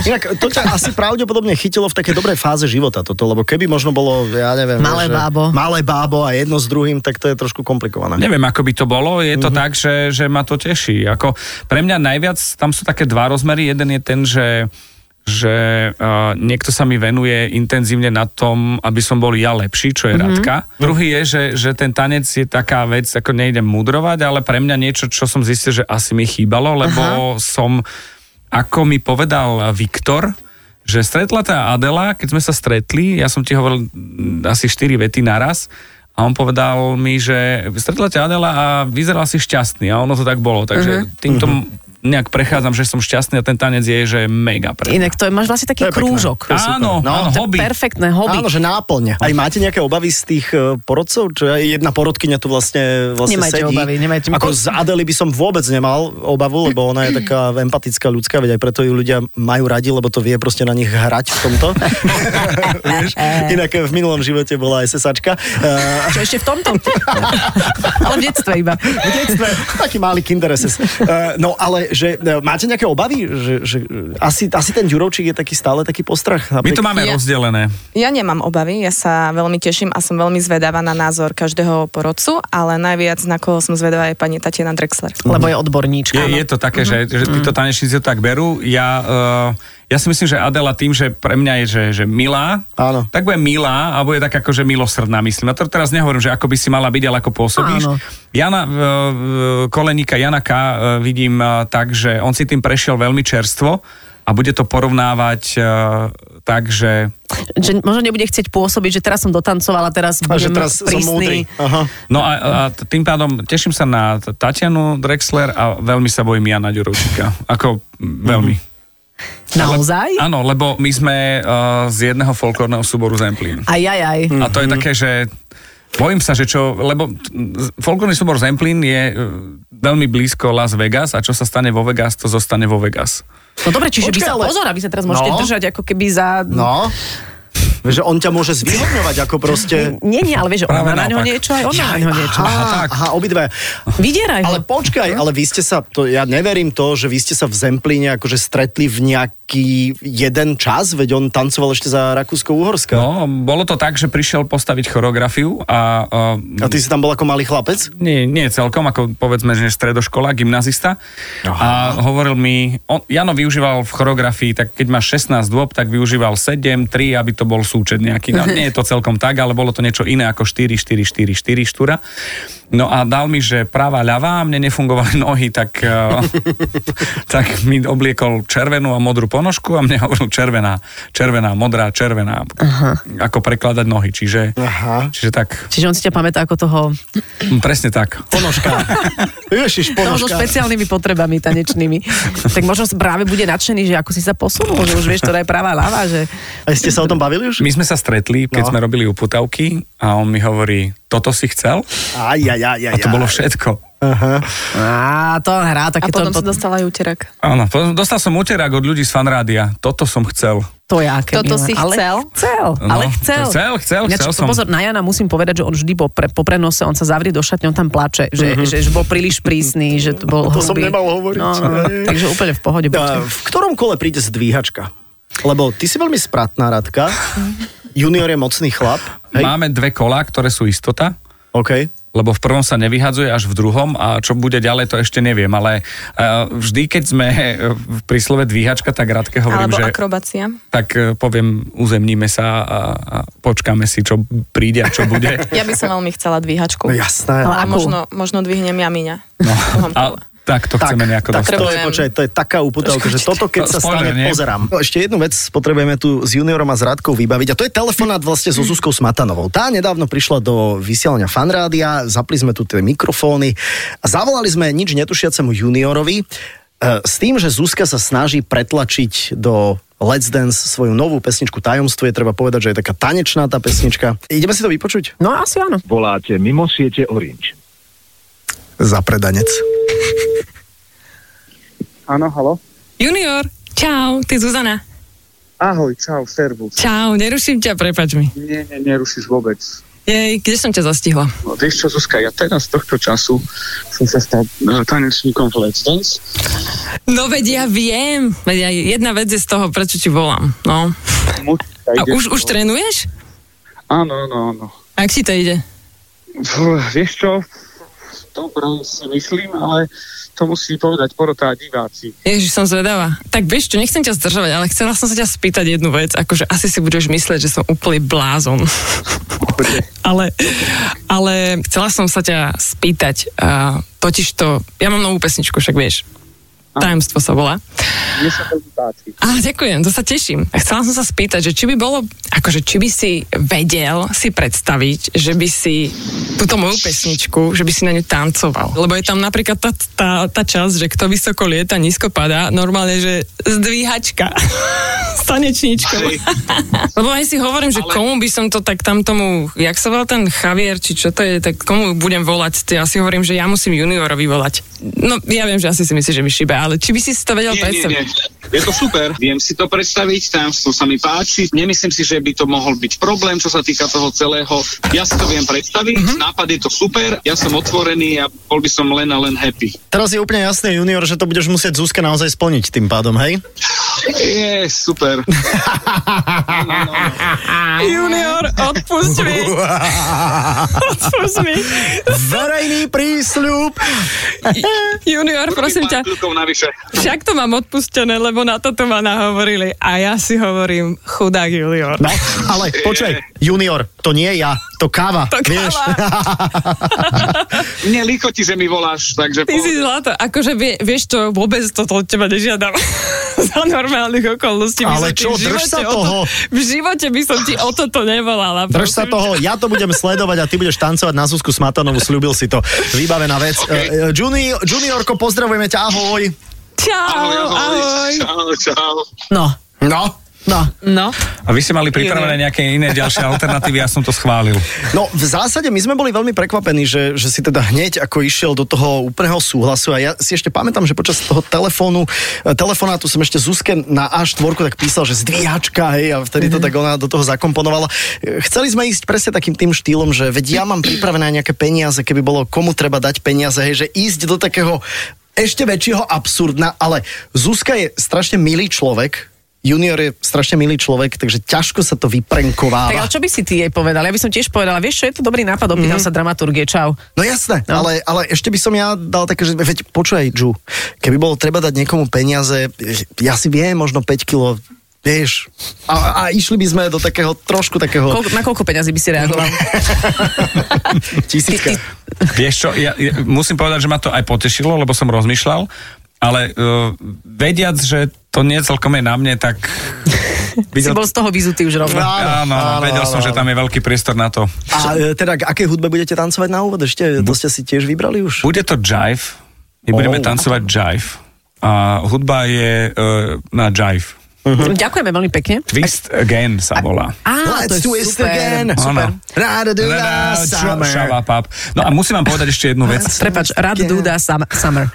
[SPEAKER 4] Inak to ťa asi pravdepodobne chytilo v takej dobrej fáze života toto, lebo keby možno bolo, ja neviem...
[SPEAKER 3] Malé
[SPEAKER 4] že,
[SPEAKER 3] bábo.
[SPEAKER 4] Malé bábo a jedno s druhým, tak to je trošku komplikované.
[SPEAKER 2] Neviem, ako by to bolo, je to tak, že, že ma to teší. Ako, pre mňa najviac, tam sú také dva rozmery. Jeden je ten, že že uh, niekto sa mi venuje intenzívne na tom, aby som bol ja lepší, čo je mm-hmm. Radka. Druhý je, že, že ten tanec je taká vec, ako nejdem mudrovať, ale pre mňa niečo, čo som zistil, že asi mi chýbalo, lebo Aha. som, ako mi povedal Viktor, že stretla tá Adela, keď sme sa stretli, ja som ti hovoril mm, asi 4 vety naraz, a on povedal mi, že stretla ťa Adela a vyzeral si šťastný a ono to tak bolo, takže uh-huh. týmto m- nejak prechádzam, že som šťastný a ten tanec je, že mega pre mňa.
[SPEAKER 3] Inak to je, máš vlastne taký
[SPEAKER 4] To je pekné.
[SPEAKER 3] krúžok.
[SPEAKER 4] To je super.
[SPEAKER 2] Áno,
[SPEAKER 4] No,
[SPEAKER 2] áno,
[SPEAKER 3] To je
[SPEAKER 2] hobby.
[SPEAKER 3] perfektné hobby.
[SPEAKER 4] Áno, že náplň. Aj máte nejaké obavy z tých e, porodcov? Čo je- jedna porodkyňa tu vlastne, vlastne
[SPEAKER 3] Nemajte
[SPEAKER 4] sedí.
[SPEAKER 3] obavy, nemajte.
[SPEAKER 4] Ako z Adely by som vôbec nemal obavu, lebo ona je taká empatická ľudská, veď aj preto ju ľudia majú radi, lebo to vie proste na nich hrať v tomto. Vieš? Inak e, v minulom živote bola aj sesačka. E,
[SPEAKER 3] Čo ešte v tomto? Ale v detstve iba.
[SPEAKER 4] v detstve, taký malý kinder SS. Uh, no ale, že uh, máte nejaké obavy? Že, že, uh, asi, asi ten Ďurovčík je taký stále taký postrach.
[SPEAKER 2] My to máme
[SPEAKER 6] Ja-
[SPEAKER 2] rozdelené.
[SPEAKER 6] Ja nemám obavy, ja sa veľmi teším a som veľmi zvedavá na názor každého porodcu, ale najviac na koho som zvedavá je pani Tatiana Drexler.
[SPEAKER 3] Lebo je odborníčka.
[SPEAKER 2] Je, je to také, že, že títo tanečníci to tak berú. Ja, uh, ja si myslím, že Adela tým, že pre mňa je, že, že milá,
[SPEAKER 4] Áno.
[SPEAKER 2] tak bude milá a bude tak ako, že milosrdná, myslím. A to teraz nehovorím, že ako by si mala byť, ale ako pôsobíš.
[SPEAKER 3] Áno.
[SPEAKER 2] Jana, uh, koleníka Jana K. Uh, vidím uh, tak, že on si tým prešiel veľmi čerstvo a bude to porovnávať uh, tak, že
[SPEAKER 3] Že možno nebude chcieť pôsobiť, že teraz som dotancovala, teraz
[SPEAKER 4] A že
[SPEAKER 3] budem
[SPEAKER 4] teraz som múdry.
[SPEAKER 3] prísny.
[SPEAKER 4] Aha.
[SPEAKER 2] No a, a t- tým pádom teším sa na t- Tatianu Drexler a veľmi sa bojím Jana Ďurovčíka. Ako mm, veľmi.
[SPEAKER 3] Naozaj?
[SPEAKER 2] Áno, lebo my sme uh, z jedného folklórneho súboru Zemplín.
[SPEAKER 3] Aj, aj, aj.
[SPEAKER 2] A to je také, že bojím sa, že čo, lebo t- z- folklórny súbor Zemplín je uh, veľmi blízko Las Vegas a čo sa stane vo Vegas, to zostane vo Vegas.
[SPEAKER 3] No dobre, čiže vy
[SPEAKER 4] Počkaj,
[SPEAKER 3] sa,
[SPEAKER 4] ale-
[SPEAKER 3] pozor, vy sa teraz môžete
[SPEAKER 4] No.
[SPEAKER 3] držať ako keby za...
[SPEAKER 4] No. Že on ťa môže zvýhodňovať ako proste...
[SPEAKER 3] Nie, nie, ale vieš, že
[SPEAKER 2] Práve
[SPEAKER 3] ona na ňo
[SPEAKER 2] naopak.
[SPEAKER 3] niečo, aj ona na ňo niečo.
[SPEAKER 2] aha, tak.
[SPEAKER 4] aha obidve.
[SPEAKER 3] Vydieraj ho.
[SPEAKER 4] Ale počkaj, ale vy ste sa, to, ja neverím to, že vy ste sa v Zemplíne akože stretli v nejaký jeden čas, veď on tancoval ešte za Rakúsko-Uhorska.
[SPEAKER 2] No, bolo to tak, že prišiel postaviť choreografiu a... Uh,
[SPEAKER 4] A ty si tam bol ako malý chlapec?
[SPEAKER 2] Nie, nie celkom, ako povedzme, že stredoškola, gymnazista. Aha. A hovoril mi, on, Jano využíval v choreografii, tak keď máš 16 dôb, tak využíval 7, 3, aby to bol súčet nejaký. No, nie je to celkom tak, ale bolo to niečo iné ako 4, 4, 4, 4, štúra. No a dal mi, že práva, ľavá, mne nefungovali nohy, tak, eh, tak mi obliekol červenú a modrú ponožku a mne hovoril červená, červená, modrá, červená. Aha. Ako prekladať nohy, čiže,
[SPEAKER 4] Aha.
[SPEAKER 2] čiže tak,
[SPEAKER 3] Čiže on si ťa pamätá ako toho,
[SPEAKER 2] presne tak.
[SPEAKER 4] Ponožka. Ježiš,
[SPEAKER 3] toho so
[SPEAKER 4] ponožka.
[SPEAKER 3] špeciálnymi potrebami tanečnými. tak možno práve bude nadšený, že ako si sa posunul, že už vieš, ktorá je pravá ľava, že
[SPEAKER 4] A ste sa o tom bavili už?
[SPEAKER 2] My sme sa stretli, keď no.
[SPEAKER 4] No.
[SPEAKER 2] sme robili uputavky a on mi hovorí, toto si chcel?
[SPEAKER 4] Aj, aj, aj, aj,
[SPEAKER 2] A to
[SPEAKER 4] aj.
[SPEAKER 2] bolo všetko.
[SPEAKER 4] Aha.
[SPEAKER 3] á, to on hrá
[SPEAKER 6] A
[SPEAKER 3] také
[SPEAKER 6] potom
[SPEAKER 3] to,
[SPEAKER 6] som
[SPEAKER 3] to,
[SPEAKER 6] dostala aj úterák.
[SPEAKER 2] Áno, potom dostal som úterák od ľudí z fanrádia. Toto som chcel.
[SPEAKER 3] to je aké
[SPEAKER 6] Toto
[SPEAKER 3] milé.
[SPEAKER 6] si
[SPEAKER 3] ale
[SPEAKER 6] chcel?
[SPEAKER 3] Chcel, ale chcel.
[SPEAKER 2] No, chcel, chcel,
[SPEAKER 3] Ináč,
[SPEAKER 2] chcel som.
[SPEAKER 3] Pozor, na Jana musím povedať, že on vždy bol pre, po prenose, on sa zavrie do šatne, on tam plače, že,
[SPEAKER 2] Mhm.
[SPEAKER 3] že, že bol príliš prísny, že to bol
[SPEAKER 4] To som
[SPEAKER 3] hrubý.
[SPEAKER 4] nemal hovoriť.
[SPEAKER 3] No, no, no, takže úplne v pohode. buďte.
[SPEAKER 4] A v ktorom kole príde zdvíhačka? Lebo ty si veľmi spratná, Radka. Junior je mocný chlap.
[SPEAKER 2] Hej.
[SPEAKER 4] Hej?
[SPEAKER 2] Máme dve kolá, ktoré sú istota,
[SPEAKER 4] OK.
[SPEAKER 2] lebo v prvom sa nevyhadzuje až v druhom a čo bude ďalej, to ešte neviem, ale uh, vždy, keď sme uh, pri slove dvíhačka, tak Radke hovorím,
[SPEAKER 6] Alebo
[SPEAKER 2] že...
[SPEAKER 6] akrobácia.
[SPEAKER 2] tak eh, poviem, uzemníme sa a, a počkáme si, čo príde a čo bude.
[SPEAKER 6] Ja by som veľmi chcela dvíhačku.
[SPEAKER 4] No jasné.
[SPEAKER 6] A
[SPEAKER 3] Akú?
[SPEAKER 6] možno, možno dvihnem ja Miňa.
[SPEAKER 2] No,
[SPEAKER 6] V druhom
[SPEAKER 2] a
[SPEAKER 6] kole.
[SPEAKER 2] to Tak to chceme nejako
[SPEAKER 4] tak, to je,
[SPEAKER 6] Potrebujem.
[SPEAKER 4] počkaj, to je taká uputavka, že toto keď
[SPEAKER 2] To
[SPEAKER 4] sa
[SPEAKER 2] spoiler,
[SPEAKER 4] stane,
[SPEAKER 2] nie?
[SPEAKER 4] pozerám. No, Ešte jednu vec potrebujeme tu s juniorom a s Radkou vybaviť a to je telefonát vlastne so Zuzkou Smatanovou. Tá nedávno prišla do vysielania fanrádia, zapli sme tu tie mikrofóny a zavolali sme nič netušiacemu juniorovi e, s tým, že Zuzka sa snaží pretlačiť do Let's Dance svoju novú pesničku Tajomstvo je treba povedať, že je taká tanečná tá pesnička. Ideme si to vypočuť?
[SPEAKER 3] No asi áno.
[SPEAKER 7] voláte mimo siete Orange.
[SPEAKER 4] Za predanec.
[SPEAKER 8] Áno, halo.
[SPEAKER 9] Junior, čau, ty Zuzana.
[SPEAKER 8] Ahoj, čau, servus.
[SPEAKER 9] Čau, neruším ťa, prepač mi.
[SPEAKER 8] Nie, nie, nerušíš vôbec.
[SPEAKER 9] Jej, kde som ťa zastihla?
[SPEAKER 8] No, vieš čo, Zuzka, ja teraz z tohto času som sa stal uh, tanečníkom v Let's Dance.
[SPEAKER 9] No veď ja viem, veď aj jedna vec je z toho, prečo ti volám. No.
[SPEAKER 8] Musíka,
[SPEAKER 9] A
[SPEAKER 8] idem
[SPEAKER 9] už, už
[SPEAKER 8] do-
[SPEAKER 9] trénuješ?
[SPEAKER 8] Áno, áno, áno.
[SPEAKER 9] Ak ti to ide?
[SPEAKER 8] Pff, vieš čo, dobre si myslím, ale to musí povedať porota a diváci.
[SPEAKER 9] Ježiš, som zvedavá. Tak vieš čo, nechcem ťa zdržovať, ale chcela som sa ťa spýtať jednu vec, akože asi si budeš myslieť, že som úplný blázon. ale, ale chcela som sa ťa spýtať, uh, totiž to, ja mám novú pesničku, však vieš, Tajemstvo sa volá.
[SPEAKER 8] Mne sa to páči.
[SPEAKER 9] A ďakujem, to sa teším. A Chcela som sa spýtať, že či by bolo, akože či by si vedel si predstaviť, že by si túto moju pesničku, že by si na ňu tancoval. Lebo je tam napríklad tá, tá, tá časť, že kto vysoko lieta, nízko padá, normálne, že zdvíhačka s tanečníčkou. Lebo aj si hovorím, že komu by som to tak tam tomu, jak sa volá ten Javier, či čo to je, tak komu budem volať? Ty, Ja si hovorím, že ja musím juniorovi volať. No ja viem, že asi si myslíš, že mi šíbe, ale či by si si to vedel
[SPEAKER 8] Nie, nie,
[SPEAKER 9] predstaviť?
[SPEAKER 8] nie. Je to super, viem si to predstaviť, tajomstvo sa mi páči. Nemyslím si, že by to mohol byť problém, čo sa týka toho celého. Ja si to viem predstaviť,
[SPEAKER 2] Mhm.
[SPEAKER 8] nápad je to super, ja som otvorený a bol by som len a len happy.
[SPEAKER 4] Teraz je úplne jasné, junior, že to budeš musieť Zuzke naozaj splniť tým pádom, hej?
[SPEAKER 8] Je, super.
[SPEAKER 9] Junior, odpust mi. Odpust mi.
[SPEAKER 4] Verejný prísľub!
[SPEAKER 9] Junior, prosím ťa.
[SPEAKER 8] Kľukov navyše.
[SPEAKER 9] Však to mám odpustené, lebo na toto ma nahovorili. A ja si hovorím, chudák Junior.
[SPEAKER 4] No, ale počkaj, junior, to nie ja, to káva,
[SPEAKER 9] To
[SPEAKER 4] vieš?
[SPEAKER 9] káva.
[SPEAKER 8] Mne lichoti, že mi voláš, takže...
[SPEAKER 9] Ty si zlato. Akože vie, vieš to, vôbec toto od teba nežiadam. Za normálnych okolností by
[SPEAKER 4] Ale
[SPEAKER 9] som ti
[SPEAKER 4] čo,
[SPEAKER 9] v
[SPEAKER 4] drž
[SPEAKER 9] živote
[SPEAKER 4] sa
[SPEAKER 9] o
[SPEAKER 4] toho.
[SPEAKER 9] To, v živote by som ti o toto nevolala.
[SPEAKER 4] Drž sa
[SPEAKER 9] prosím
[SPEAKER 4] toho, ja to budem sledovať a ty budeš tancovať na Zuzku Smatanovu, slúbil si to. Vybavená vec. Okay. Juni, juniorko, pozdravujeme ťa, ahoj.
[SPEAKER 9] ťa. Čau, ahoj.
[SPEAKER 8] Čau, čau.
[SPEAKER 3] No.
[SPEAKER 4] No. No.
[SPEAKER 3] No.
[SPEAKER 2] A vy ste mali pripravené
[SPEAKER 8] no.
[SPEAKER 2] nejaké iné ďalšie alternatívy, ja som to schválil.
[SPEAKER 4] no, v zásade my sme boli veľmi prekvapení, že, že si teda hneď ako išiel do toho úplného súhlasu a ja si ešte pamätám, že počas toho telefónu, e, telefonátu som ešte Zuzke na A4 tak písal, že zdvíhačka, hej, a vtedy
[SPEAKER 3] Mhm.
[SPEAKER 4] to tak ona do toho zakomponovala. E, Chceli sme ísť presne takým tým štýlom, že veď ja mám pripravené nejaké peniaze, keby bolo komu treba dať peniaze, hej, že ísť do takého ešte väčšieho absurdna, ale Zuzka je strašne milý človek, Junior je strašne milý človek, takže ťažko sa to
[SPEAKER 3] Tak
[SPEAKER 4] vyprenkováva.
[SPEAKER 3] ale čo by si ty jej povedal? Ja by som tiež povedala, vieš čo, je to dobrý nápad, opýtam sa dramaturgie, čau.
[SPEAKER 4] No jasné, no. Ale, ale ešte by som ja dal také, že veď počúvaj, Ju, keby bolo treba dať niekomu peniaze, ja si viem, možno 5 kilo, vieš, a, a išli by sme do takého trošku takého
[SPEAKER 3] Koľko, na koľko peňazí by si reagoval? Ty, ty,
[SPEAKER 4] tisícka.
[SPEAKER 2] Vieš čo, ja, ja musím povedať, že ma to aj potešilo, lebo som rozmýšľal, ale uh, vediac, že to nie celkom je na mne, tak...
[SPEAKER 3] si bol z toho vyzutý už rovno.
[SPEAKER 4] No.
[SPEAKER 2] Áno,
[SPEAKER 4] áno,
[SPEAKER 2] vedel som,
[SPEAKER 4] áno,
[SPEAKER 2] že tam je veľký priestor na to.
[SPEAKER 4] A e, teda k akej hudbe budete tancovať na úvod? Ešte to ste si tiež vybrali už?
[SPEAKER 2] Bude to jive, my budeme
[SPEAKER 4] Oh.
[SPEAKER 2] tancovať jive a hudba je uh, na jive.
[SPEAKER 3] Mhm. Ďakujeme veľmi pekne.
[SPEAKER 2] Twist Again sa volá.
[SPEAKER 3] Á,
[SPEAKER 4] Let's
[SPEAKER 3] to je
[SPEAKER 4] twist
[SPEAKER 3] super.
[SPEAKER 4] again.
[SPEAKER 2] Áno.
[SPEAKER 4] Rada do
[SPEAKER 2] Tadá,
[SPEAKER 4] nás,
[SPEAKER 2] čo-
[SPEAKER 4] summer.
[SPEAKER 2] šava, pap. No a musím vám povedať ešte jednu vec.
[SPEAKER 3] Prepač, Rad
[SPEAKER 4] Again.
[SPEAKER 3] Duda sum- Summer.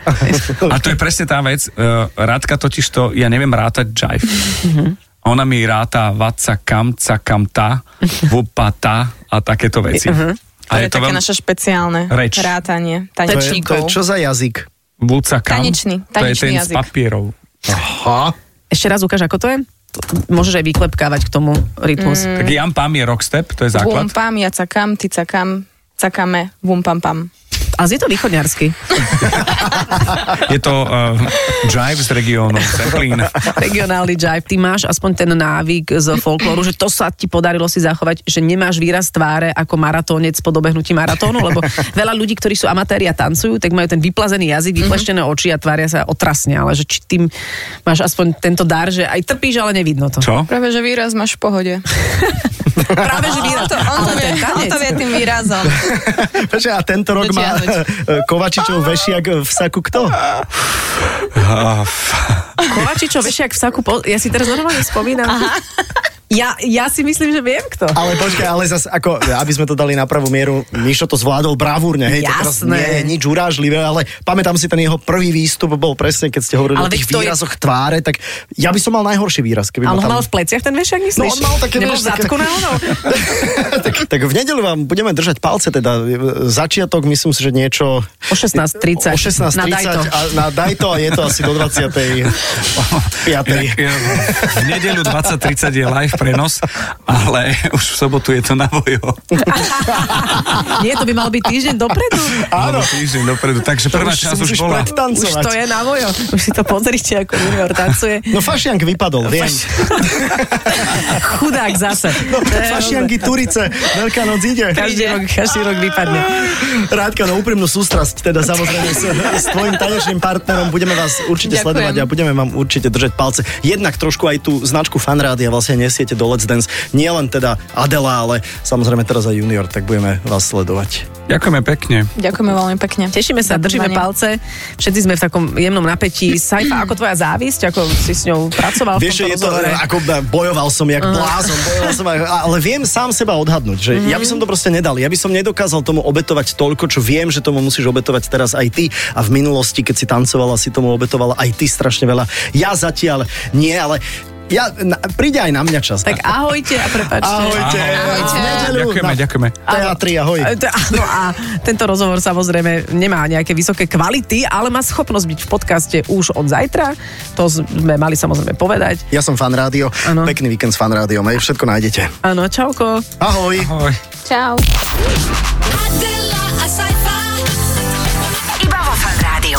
[SPEAKER 2] A to je presne tá vec. Uh, Rádka totiž to, ja neviem rátať jive.
[SPEAKER 4] Mhm.
[SPEAKER 2] Ona mi ráta vaca, kamca, kamta, vupata a takéto veci.
[SPEAKER 4] Mhm.
[SPEAKER 2] A
[SPEAKER 6] To
[SPEAKER 2] je
[SPEAKER 6] je
[SPEAKER 2] to
[SPEAKER 6] také
[SPEAKER 2] veľmi...
[SPEAKER 6] naše špeciálne
[SPEAKER 2] Reč.
[SPEAKER 6] rátanie
[SPEAKER 4] To je, to je
[SPEAKER 6] tanečníkov.
[SPEAKER 4] čo za jazyk?
[SPEAKER 2] Vúca kam.
[SPEAKER 6] Tanečný,
[SPEAKER 2] to je
[SPEAKER 6] tanečný
[SPEAKER 2] ten z
[SPEAKER 6] jazyk.
[SPEAKER 2] papierov.
[SPEAKER 3] Ešte raz ukáž, ako to je? Môžeš aj vyklepkávať k tomu rytmus.
[SPEAKER 2] Tak
[SPEAKER 6] Mhm.
[SPEAKER 2] Jan Pam je rockstep, to je základ.
[SPEAKER 6] Wumpam, ja cakam, ty cakam, cakame, wumpam pam.
[SPEAKER 3] A je to východňarsky.
[SPEAKER 2] Je to uh, Jive z regiónu, Zemplín.
[SPEAKER 3] Regionálny jive. Ty máš aspoň ten návyk z folklóru, že to sa ti podarilo si zachovať, že nemáš výraz tváre ako maratónec po dobehnutí maratónu, lebo veľa ľudí, ktorí sú amatéri a tancujú, tak majú ten vyplazený
[SPEAKER 6] Mhm.
[SPEAKER 3] jazyk, vypleštené oči a tvária sa otrasne, ale že či tým máš aspoň tento dar, že aj trpíš, ale nevidno to.
[SPEAKER 2] Čo?
[SPEAKER 6] Práve, že výraz máš v pohode.
[SPEAKER 3] Práve, že výraz.
[SPEAKER 6] On to, on
[SPEAKER 3] Ale
[SPEAKER 6] to, vie,
[SPEAKER 3] ten
[SPEAKER 6] on
[SPEAKER 3] tanec.
[SPEAKER 6] to vie tým výrazom.
[SPEAKER 4] Počkaj, a tento rok má e,
[SPEAKER 6] Dotiahnuť.
[SPEAKER 4] Kovačičov vešiak v saku kto?
[SPEAKER 2] Ah, f-
[SPEAKER 3] Kovačičov, vieš, jak v saku, po... ja si teraz normálne spomínam. Ja, ja si myslím, že viem kto.
[SPEAKER 4] Ale počkaj, ale zase, ako, aby sme to dali na pravú mieru, Mišo to zvládol bravúrne, hej, to teraz
[SPEAKER 3] Jasné.
[SPEAKER 4] nie je nič urážlivé, ale pamätám si ten jeho prvý výstup, bol presne, keď ste hovorili
[SPEAKER 3] Ale
[SPEAKER 4] o tých
[SPEAKER 3] veď to je-
[SPEAKER 4] výrazoch tváre, tak ja by som mal najhorší výraz, keby
[SPEAKER 3] Ale ho
[SPEAKER 4] ma tam...
[SPEAKER 3] mal v pleciach ten vešiak, myslíš?
[SPEAKER 4] No on mal také,
[SPEAKER 3] Nebol
[SPEAKER 4] vieš,
[SPEAKER 3] v zadku
[SPEAKER 4] také-
[SPEAKER 3] na ono?
[SPEAKER 4] tak, tak v nedelu vám budeme držať palce, teda začiatok, myslím si, že niečo...
[SPEAKER 3] O 16.30.
[SPEAKER 4] O
[SPEAKER 3] Na daj to.
[SPEAKER 4] 16.30 a na daj to a je to asi do 25.
[SPEAKER 2] inak, eh, v nedeľu 20.30 je live prenos, ale už v sobotu je to na vojo.
[SPEAKER 3] Nie, to by mal byť týždeň dopredu.
[SPEAKER 2] Áno. Týždeň dopredu, takže
[SPEAKER 4] To
[SPEAKER 2] prvá
[SPEAKER 4] už si
[SPEAKER 2] časť už
[SPEAKER 4] musíš
[SPEAKER 2] bola.
[SPEAKER 3] Už
[SPEAKER 4] predtancovať.
[SPEAKER 3] to je na vojo. Už si to pozrite, ako junior tancuje.
[SPEAKER 4] No fašiank vypadol, viem.
[SPEAKER 3] Chudák zase.
[SPEAKER 4] No,
[SPEAKER 3] To je
[SPEAKER 4] fašianky, turice, veľká noc ide.
[SPEAKER 3] hrozné. Každý rok, každý rok vypadne.
[SPEAKER 4] Rádka, no úprimnú sústrasť, teda samozrejme s, s tvojim tanečným partnerom budeme vás určite
[SPEAKER 6] Ďakujem.
[SPEAKER 4] sledovať a budeme vám určite držať palce. Jednak trošku aj tú značku fanrádia vlastne nesiete do Let's Dance. Nie len teda Adela, ale samozrejme teraz aj Junior, tak budeme vás sledovať.
[SPEAKER 2] Ďakujeme pekne.
[SPEAKER 6] Ďakujeme veľmi pekne.
[SPEAKER 3] Tešíme sa,
[SPEAKER 6] Za
[SPEAKER 3] držíme
[SPEAKER 6] pozvanie.
[SPEAKER 3] palce. Všetci sme v takom jemnom napätí. Saifa, ako tvoja závisť, ako si s ňou pracoval
[SPEAKER 4] Vieš,
[SPEAKER 3] v tomto
[SPEAKER 4] je to,
[SPEAKER 3] rozhovore?
[SPEAKER 4] ako bojoval som jak blázon, bojoval som, aj- ale viem sám seba odhadnúť, že ja by som to proste nedal, ja by som nedokázal tomu obetovať toľko, čo viem, že tomu musíš obetovať teraz aj ty a v minulosti, keď si tancovala, si tomu obetovala aj ty strašne veľa. Ja zatiaľ nie, ale ja, na, príde aj na mňa čas.
[SPEAKER 3] Tak ahojte a prepáčte.
[SPEAKER 4] Ahojte.
[SPEAKER 2] Ahojte.
[SPEAKER 4] V nedeľu
[SPEAKER 2] Ďakujeme,
[SPEAKER 4] na
[SPEAKER 2] ďakujeme.
[SPEAKER 4] Teatri, ahoj.
[SPEAKER 3] E, to- Áno a tento rozhovor samozrejme nemá nejaké vysoké kvality, ale má schopnosť byť v podcaste už od zajtra. To sme mali samozrejme povedať.
[SPEAKER 4] Ja som fan rádio.
[SPEAKER 3] Áno.
[SPEAKER 4] Pekný víkend s fan rádiom. hej, Všetko nájdete.
[SPEAKER 3] Áno, čauko.
[SPEAKER 4] Ahoj.
[SPEAKER 2] Ahoj.
[SPEAKER 6] Čau.
[SPEAKER 5] Adela, a sci-fi.
[SPEAKER 1] Iba vo Fan Rádiu.